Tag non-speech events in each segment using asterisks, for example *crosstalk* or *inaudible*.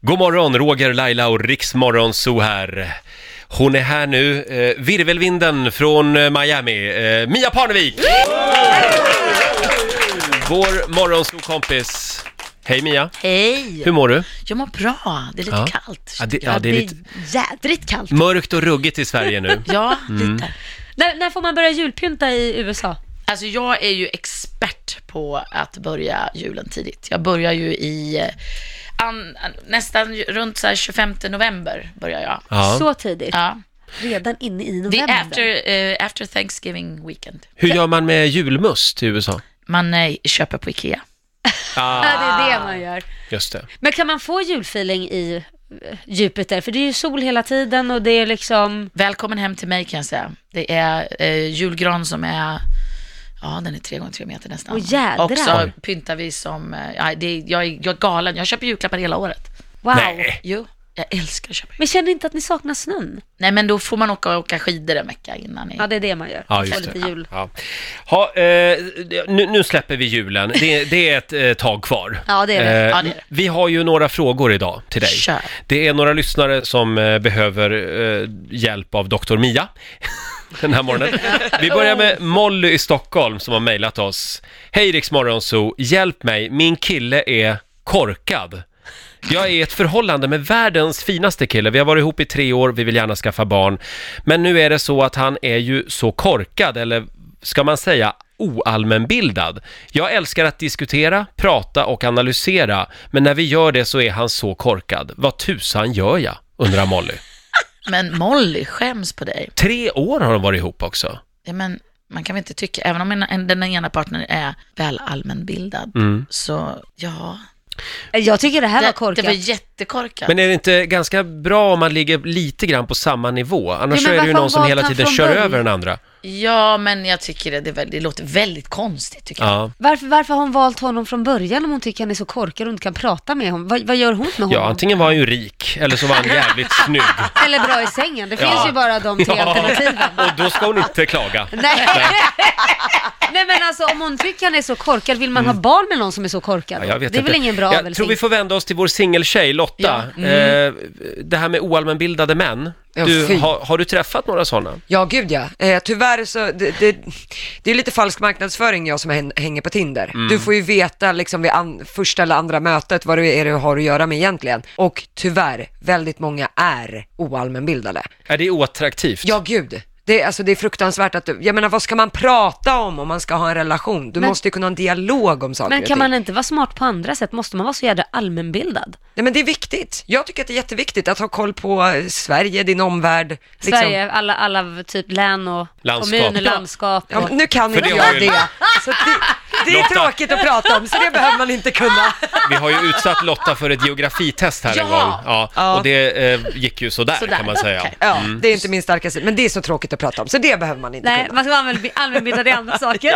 God morgon, Roger, Laila och Riksmorgon så här. Hon är här nu, eh, virvelvinden från eh, Miami, eh, Mia Parnevik! Vår morgonsokompis. Hej Mia, Hej! hur mår du? Jag mår bra. Det är lite Ja. kallt. Ja, det- ja, det är lite- jädrigt kallt. Mörkt och ruggigt i Sverige nu. Ja, *laughs* Mm. lite. När, när får man börja julpynta i USA? Alltså jag är ju expert på att börja julen tidigt. Jag börjar ju i eh, an, an, nästan ju- runt så här 25 november börjar jag. Ja. *laughs* Så tidigt? Ja. Redan inne i Det november? är after, eh, after Thanksgiving weekend. Hur gör man med julmust i USA? Man eh, köper på Ikea. Ah, Ja, det är det man gör. just det. Men kan man få julfeeling i eh, Jupiter? För det är ju sol hela tiden och det är liksom... Välkommen hem till mig kan jag säga. Det är eh, julgran som är, ja den är tre gånger tre meter nästan. Åh, jädrar. Och så pyntar vi som, eh, ja, det, är- jag, är, jag är galen, jag köper julklappar hela året. Wow. Nej. Jo, jag älskar att köpa Men känner inte att ni saknar snön? Nej men då får man åka, åka skidor en vecka innan. I. Ja, det är det man gör. Ja, Man just får det. lite jul. Ja. Ha, eh, nu, nu släpper vi julen, det, det är ett eh, tag kvar. Ja, det är det. Eh, Ja, det är det. Vi har ju några frågor idag till dig. Kör. Det är några lyssnare som eh, behöver eh, hjälp av Dr. Mia *laughs* den här morgonen. Vi börjar med Molly i Stockholm som har mejlat oss. Hej Rix Morgonzoo, hjälp mig, min kille är korkad. Jag är i ett förhållande med världens finaste kille. Vi har varit ihop i tre år, vi vill gärna skaffa barn. Men nu är det så att han är ju så korkad, eller ska man säga oallmänbildad. Jag älskar att diskutera, prata och analysera, men när vi gör det så är han så korkad. Vad tusan gör jag? undrar Molly. Men Molly, skäms på dig. Tre år har de varit ihop också. Ja, men man kan väl inte tycka, även om en, en, den ena partnern är väl allmänbildad, Mm. så ja. Eh, Jag tycker det här var det, korkat. det var jättekorkat. Men är det inte ganska bra om man ligger lite grann på samma nivå? Annars Ja, men så är det ju varför någon som valde hela han tiden från kör början? över den andra. Ja, men jag tycker det, det, är väl- det låter väldigt konstigt tycker jag. Ja. Varför, varför har hon valt honom från början om hon tycker han är så korkad och inte kan prata med honom? Vad, vad gör hon med honom? ja, antingen var han ju rik, eller så var han jävligt snygg. Eller bra i sängen. Det Ja. finns ju bara de tre alternativen. Och då ska hon inte klaga. *laughs* Nej. Nej men alltså om hon tycker han är så korkad, vill man ha barn med någon som är så korkad? Mm. Ja, jag vet det är inte. väl ingen bra Jag tror vi får vända oss till vår singeltjej Lotta. Eh, det här med oallmänbildade män. Ja, Du, fy. har, har du träffat några sådana? Ja, gud ja. Eh, tyvärr så, det, det, det är lite falsk marknadsföring jag som hän- hänger på Tinder. Du får ju veta liksom vid an, första eller andra mötet vad det är du har att göra med egentligen. Och tyvärr, väldigt många är oallmänbildade. Är det oattraktivt? Ja, gud. Det, är- alltså, det är fruktansvärt att, du- jag menar vad ska man prata om om man ska ha en relation? Du Men- måste ju kunna ha en dialog om saker Men och kan ting. man inte vara smart på andra sätt? Måste man vara så jävla allmänbildad? Nej men det är viktigt. Jag tycker att det är jätteviktigt att ha koll på eh, Sverige, din omvärld. liksom. Sverige, alla, alla typ län och Landskap. kommuner, landskap. Ja, Och... men nu kan För inte det jag har ju- det. Så att det, det är Lotta. tråkigt att prata om, så det behöver man *laughs* inte kunna. Vi har ju utsatt Lotta för ett geografitest här en Ja. gång. Ja, Ja. Och det eh, gick ju sådär, Sådär, kan man säga. okej. Ja, Mm. det är inte min starka sida, men det är så tråkigt att prata om, så det behöver man inte Nej, kunna. man ska vara allmän- allmänbildad *laughs* i andra saker.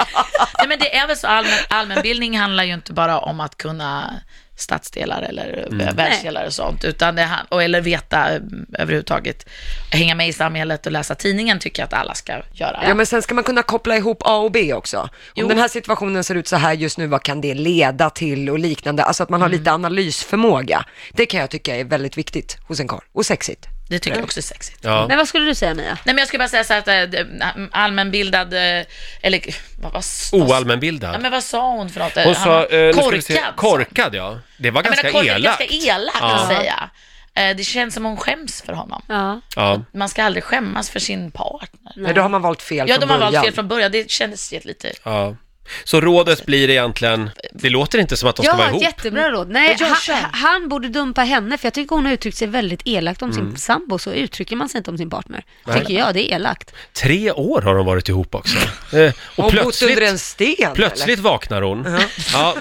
Nej, men det är väl så, allmän, allmänbildning handlar ju inte bara om att kunna stadsdelar eller mm. världsdelar och sånt, utan det, han- och, eller veta eh, överhuvudtaget. Hänga med i samhället och läsa tidningen tycker jag att alla ska göra. Ja, men sen ska man kunna koppla ihop A och B också. Om den här situationen ser ut så här just nu, vad kan det leda till och liknande. Alltså att man har Mm. lite analysförmåga. Det kan jag tycka är väldigt viktigt hos en karl, och sexigt. Det tycker jag också är sexigt. Ja. Men vad skulle du säga Mia? Nej men jag skulle bara säga så här att eh, det- allmänbildad, eh, eller vad, vad, vad Oallmänbildad. Ja, men vad sa hon för något? Oh. Hon sa, eh, nu ska vi korkad. se, sa hon. korkad ja. Det var Jag menar, ganska korkad är elakt. ganska elakt Ja. att säga. Eh, Det känns som hon skäms för honom. Ja. Ja. Man ska aldrig skämmas för sin partner. Men då har man valt fel Ja, från de har början. valt fel från början. Det kändes ju lite... Ja. Så rådet blir egentligen, det låter inte som att de ska Jag vara har ett ihop. jättebra råd. Nej, Och jag han, känner- han borde dumpa henne för jag tycker hon har uttryckt sig väldigt elakt om Mm. sin sambo. Så uttrycker man sig inte om sin partner. Tycker jag, det är elakt. Tre år har de varit ihop *laughs* också. Eh, och Hon bott plötsligt, under en sten eller? plötsligt vaknar hon. Ja,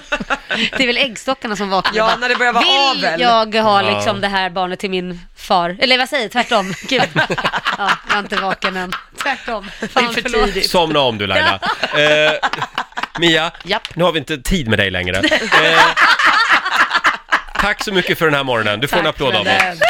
Det är väl äggstockarna som vaknar och Ja, bara, när det börjar vara Vill avel." jag ha Ja. liksom det här barnet till min far? Eller vad säger jag? *laughs* Tvärtom. Gud. Ja, jag är inte vaken än. Tvärtom. Fan, för förlåt. tidigt. somna om du *laughs* Laila. Eh, Mia, Japp. nu har vi inte tid *laughs* med dig längre. Eh, tack så mycket för den här morgonen. Du får en applåd av oss.